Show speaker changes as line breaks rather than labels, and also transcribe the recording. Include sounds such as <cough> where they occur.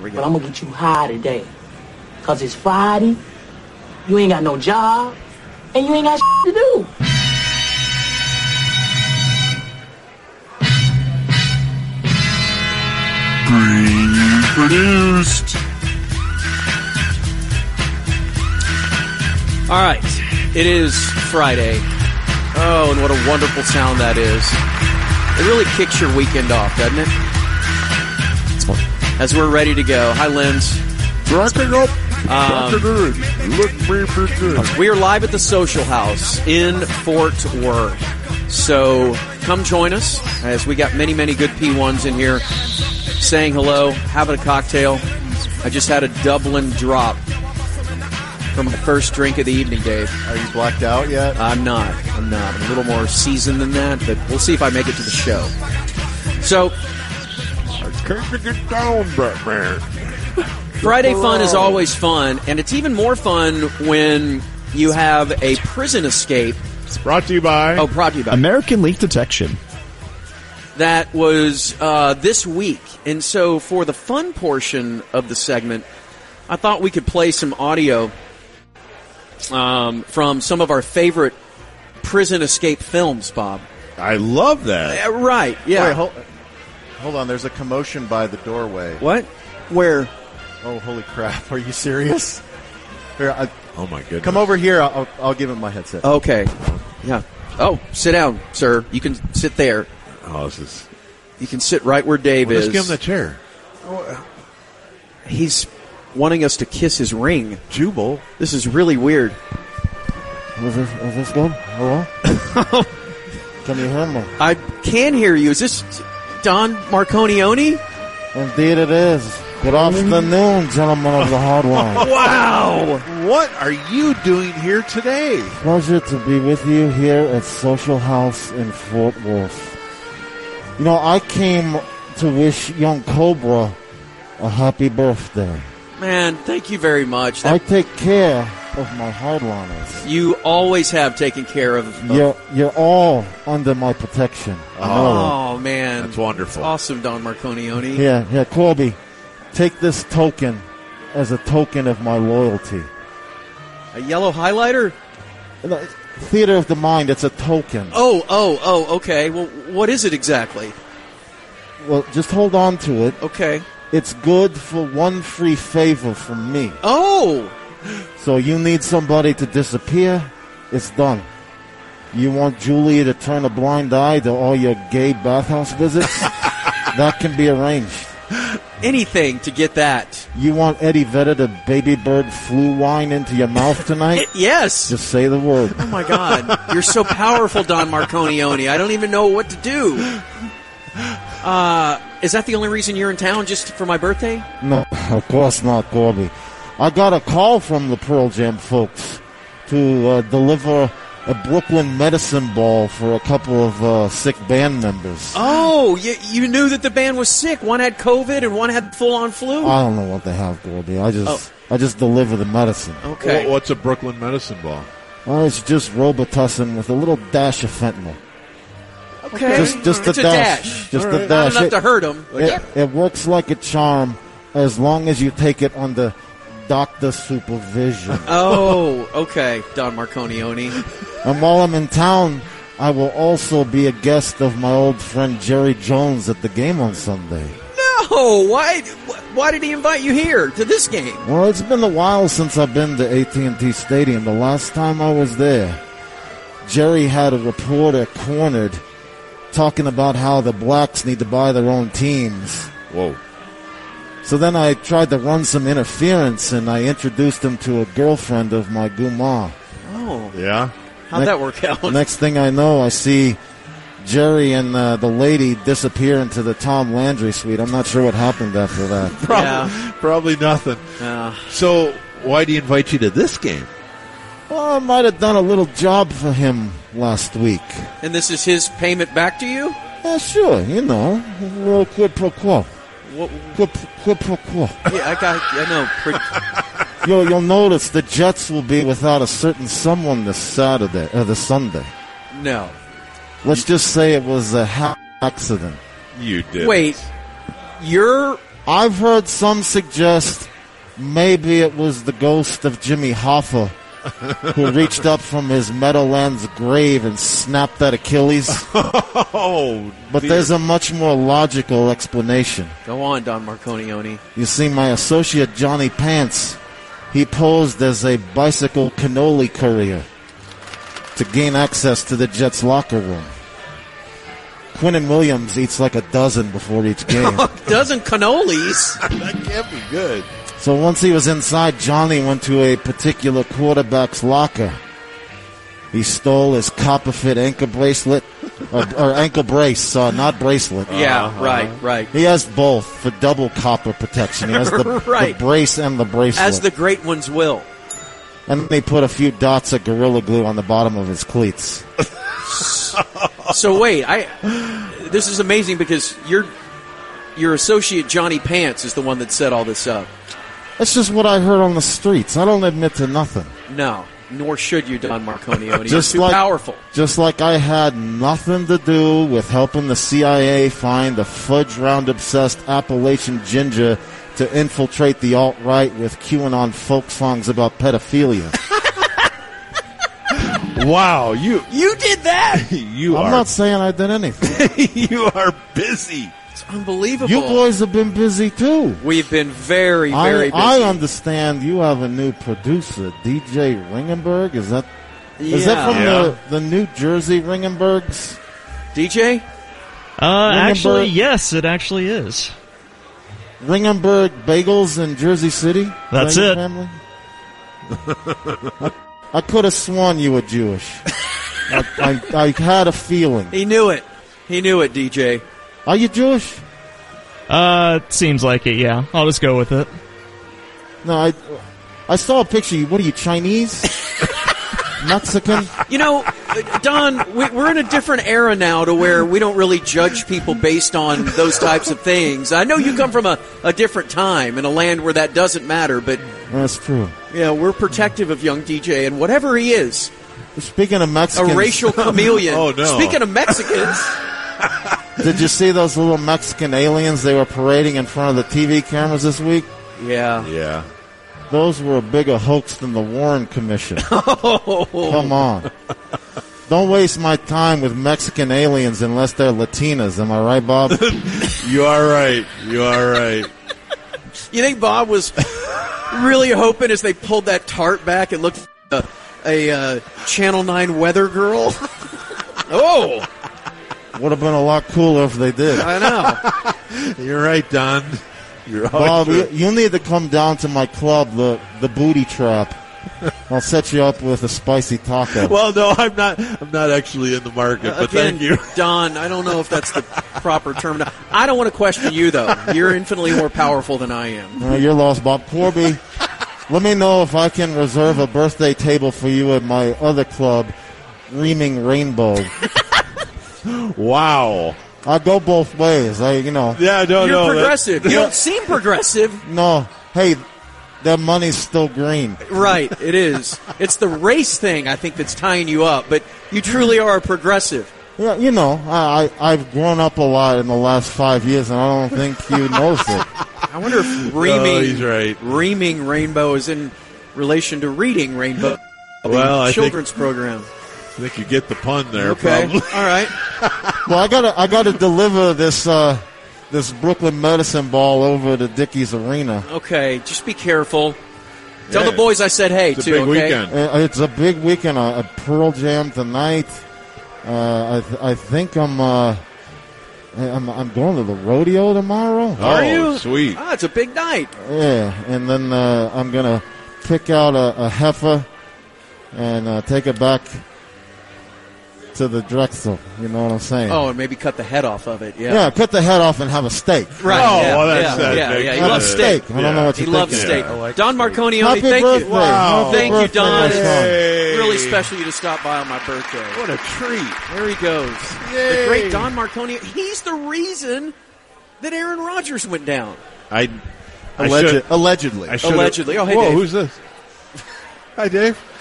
regular.
But I'm gonna get you high today. Cause it's Friday, you ain't got no job, and you ain't got shit to do.
Green produced.
All right, it is Friday. Oh, and what a wonderful sound that is. It really kicks your weekend off, doesn't it?
It's fun.
As we're ready to go. Hi, Limbs.
Rocking up.
Um,
rocking in. Look me pretty good.
We are live at the Social House in Fort Worth. So come join us as we got many, many good P1s in here saying hello, having a cocktail. I just had a Dublin drop from my first drink of the evening, Dave.
Are you blacked out yet?
I'm not. I'm not. I'm a little more seasoned than that, but we'll see if I make it to the show. So
I came to get down, Batman.
Friday fun is
Hurrah.
always fun, and it's even more fun when you have a prison escape.
Brought to you by.
Oh, brought to you by
American Leak Detection.
that was uh, this week. And so, for the fun portion of the segment, I thought we could play some audio um, from some of our favorite prison escape films, Bob.
I love that.
Uh, right, yeah.
Wait,
hold-
Hold on, there's a commotion by the doorway.
what? Where?
Oh, holy crap! <laughs> Are you serious? Here, I,
Oh my goodness.
come over here. I'll, I'll give him my headset.
Okay. Yeah. Oh, sit down, sir. You can sit there.
Oh, this is.
You can sit right where Dave
Well,
is.
just give him the chair.
He's wanting us to kiss his ring.
Jubal.
This is really weird.
Oh, Is this, is this good? <laughs> Hello? Can you hear me?
I can hear you. Is this Don Marconioni?
Indeed it is. Good afternoon, gentlemen of the hardwire. <laughs>
Wow.
What are you doing here today?
Pleasure to be with you here at Social House in Fort Worth. You know, I came to wish young Cobra a happy birthday.
Man, thank you very much. That-
I take care of my hardliners.
you always have taken care of. of-
You're, you're all under my protection. I know
Oh man,
That's wonderful.
awesome, Don Marconioni.
it. Here, here, Corby, take this token as a token of my loyalty.
A yellow highlighter.
No, it's Theater of the mind, it's a token.
Oh, oh, oh. Okay. Well, what is it exactly?
Well, just hold on to it.
Okay.
It's good for one free favor from me.
Oh,
So you need somebody to disappear, it's done. You want Julia to turn a blind eye to all your gay bathhouse visits? that can be arranged.
anything to get that.
You want Eddie Vedder to baby bird flu wine into your mouth tonight?
It, yes.
Just say the word.
oh my God, you're so powerful, Don Marconioni. I don't even know what to do. Uh, is that the only reason you're in town? Just for my
<gasps>
birthday?
<laughs> No, of course not, Corby. I got a call from the Pearl Jam folks to uh, deliver a Brooklyn medicine ball for a couple of uh, sick band members.
Oh, you, you knew that the band was sick. One had COVID and one had full on flu.
I don't know what they have, Corby. I just, I just deliver the medicine.
okay.
Wha- What's a Brooklyn medicine ball?
Well, it's just Robitussin with a little dash of fentanyl.
Okay.
Just, just
it's
a
a
dash. Just a
Not
dash.
enough
It-
to hurt him.
It, it works like a charm as long as you take it under doctor supervision.
Oh, okay, Don Marconioni.
and while I'm in town, I will also be a guest of my old friend Jerry Jones at the game on Sunday.
No, why? Why did he invite you here to this game?
Well, it's been a while since I've been to AT&T Stadium. The last time I was there, Jerry had a reporter cornered talking about how the blacks need to buy their own teams.
Whoa.
So then I tried to run some interference and I introduced him to a girlfriend of my Guma.
Oh,
Yeah?
how'd that work <laughs> out?
Next thing I know, I see Jerry and uh, the lady disappear into the Tom Landry suite. I'm not sure what happened
<laughs>
after that.
Probably,
Yeah.
probably nothing.
Uh,
So, why do you invite you to this game?
Well, Oh, I might have done a little job for him last week.
and this is his payment back to you.
Yeah, sure, you know, a little quid pro quo.
What,
Quid, quid pro quo.
yeah, I got. I know. Pretty,
You'll, you'll notice the Jets will be without a certain someone this Saturday, or this Sunday.
no.
Let's just say it was a ha- accident.
You did.
Wait, you're
I've heard some suggest maybe it was the ghost of Jimmy Hoffa who reached up from his Meadowlands grave and snapped that Achilles.
<laughs> Oh,
But
Fear.
there's a much more logical explanation.
Go on, Don Marconioni.
You see, my associate Johnny Pants, he posed as a bicycle cannoli courier to gain access to the Jets locker room. Quinnen Williams eats like a dozen before each game.
Dozen <laughs> cannolis.
that can't be good.
So once he was inside, Johnny went to a particular quarterback's locker. He stole his copper-fit ankle bracelet, or, or ankle brace, uh, not bracelet.
yeah, right, right.
He has both for double copper protection. He
<laughs>
has the,
Right.
the brace and the bracelet.
As the great ones will.
and then they put a few dots of Gorilla Glue on the bottom of his cleats.
So wait, I. This is amazing because your your associate Johnny Pants is the one that set all this up.
That's just what I heard on the streets. I don't admit to nothing.
No, nor should you, Don Marconioni. You're
Just
too
like-
powerful.
Just like I had nothing to do with helping the CIA find the fudge round obsessed Appalachian ginger to infiltrate the alt right with QAnon folk songs
<laughs>
about pedophilia.
Wow, you
You did that.
<laughs> you
I'm
are
not saying I
<laughs>
did anything.
you are busy.
It's unbelievable.
You boys have been busy too.
We've been very, very
I, I
busy.
understand you have a new producer, DJ Ringenberg. Is that is that from the, the New Jersey Ringenbergs?
DJ?
Uh,
Remember-
actually, yes, it actually is.
Ringenberg Bagels in Jersey City?
That's
Bagel
it.
Family? I, I could have sworn you were Jewish. I, I, I had a feeling.
He knew it. He knew it, DJ.
Are you Jewish?
Uh, seems like it. Yeah, I'll just go with it.
No, I, I saw a picture. What are you, Chinese? <laughs> Mexican?
You know, uh, Don, we, we're in a different era now to where we don't really judge people based on those types of things. I know you come from a, a different time in a land where that doesn't matter, but
That's true.
yeah, we're protective of young DJ and whatever he is,
Speaking of
a
Mexicans,
racial chameleon.
<laughs> Oh, no.
Speaking of Mexicans,
did you see those little Mexican aliens they were parading in front of the TV cameras this week?
yeah.
<laughs> Yeah.
Those were a bigger hoax than the Warren Commission. Come on. Don't waste my time with Mexican aliens unless they're Latinas. Am I right, Bob?
You are right. You are right.
You think Bob was really hoping as they pulled that tarp back and looked at a, a uh, Channel 9 weather girl? oh,
Would have been a lot cooler if they did.
I know.
You're right, Don. You're
Bob, you,
right.
you need to come down to my club, the, the Booty Trap. I'll set you up with a spicy taco.
Well, no, I'm not. I'm not actually in the market, but
<laughs> Again,
thank you.
Don, I don't know if that's the proper term. I don't want to question you, though. You're infinitely more powerful than I am.
Uh, you're lost, Bob Corby. Let me know if I can reserve a birthday table for you at my other club, Reaming Rainbow.
<laughs> Wow.
I go both ways. I, you know.
Yeah, no,
You're
Oh, no. that-
progressive.
<laughs>
You don't seem progressive.
No, hey, that money's still green.
Right, it is. It's the race thing, I think, that's tying you up, but you truly are a progressive.
Yeah, you know, I, I I've grown up a lot in the last five years, and I don't think you notice it.
I wonder if
<laughs>
reaming,
Oh, he's right.
reaming rainbow is in relation to reading rainbow.
well, I think,
children's program.
I think you get the pun there.
Okay,
Probably.
all right.
Well, I gotta I gotta deliver this uh this Brooklyn medicine ball over to Dickey's Arena.
Okay, just be careful. Tell
Yeah.
the boys I said hey
It's a
too.
big
okay?
weekend.
Uh, It's a big weekend. Uh, a Pearl Jam tonight. Uh, I th- I think I'm uh I- I'm I'm going to the rodeo tomorrow.
Oh,
Are you
sweet.
Ah, it's a big night.
Yeah, and then uh, I'm gonna pick out a, a heifer and uh, take it back to the Drexel. You know what I'm saying?
Oh, and maybe cut the head off of it. Yeah,
yeah, cut the head off and have a steak.
right.
Oh,
yeah,
well, that's-
yeah,
that
yeah,
makes
yeah. He
Have a
loves steak.
I don't know what
He
you
loves
thinking.
steak.
Yeah, I like
Don Marconioni,
Happy
thank
birthday!
you.
Wow.
Happy
Thank you,
birthday,
Don.
my son.
Hey.
Really special you to stop by on my birthday.
What a treat.
There he goes. The
Yay.
great Don Marconi. He's the reason that Aaron Rodgers went down.
I. I
Alleged-
should-
allegedly.
I should've-
Allegedly. Oh, hey,
Whoa,
Dave.
who's this? Hi, Dave.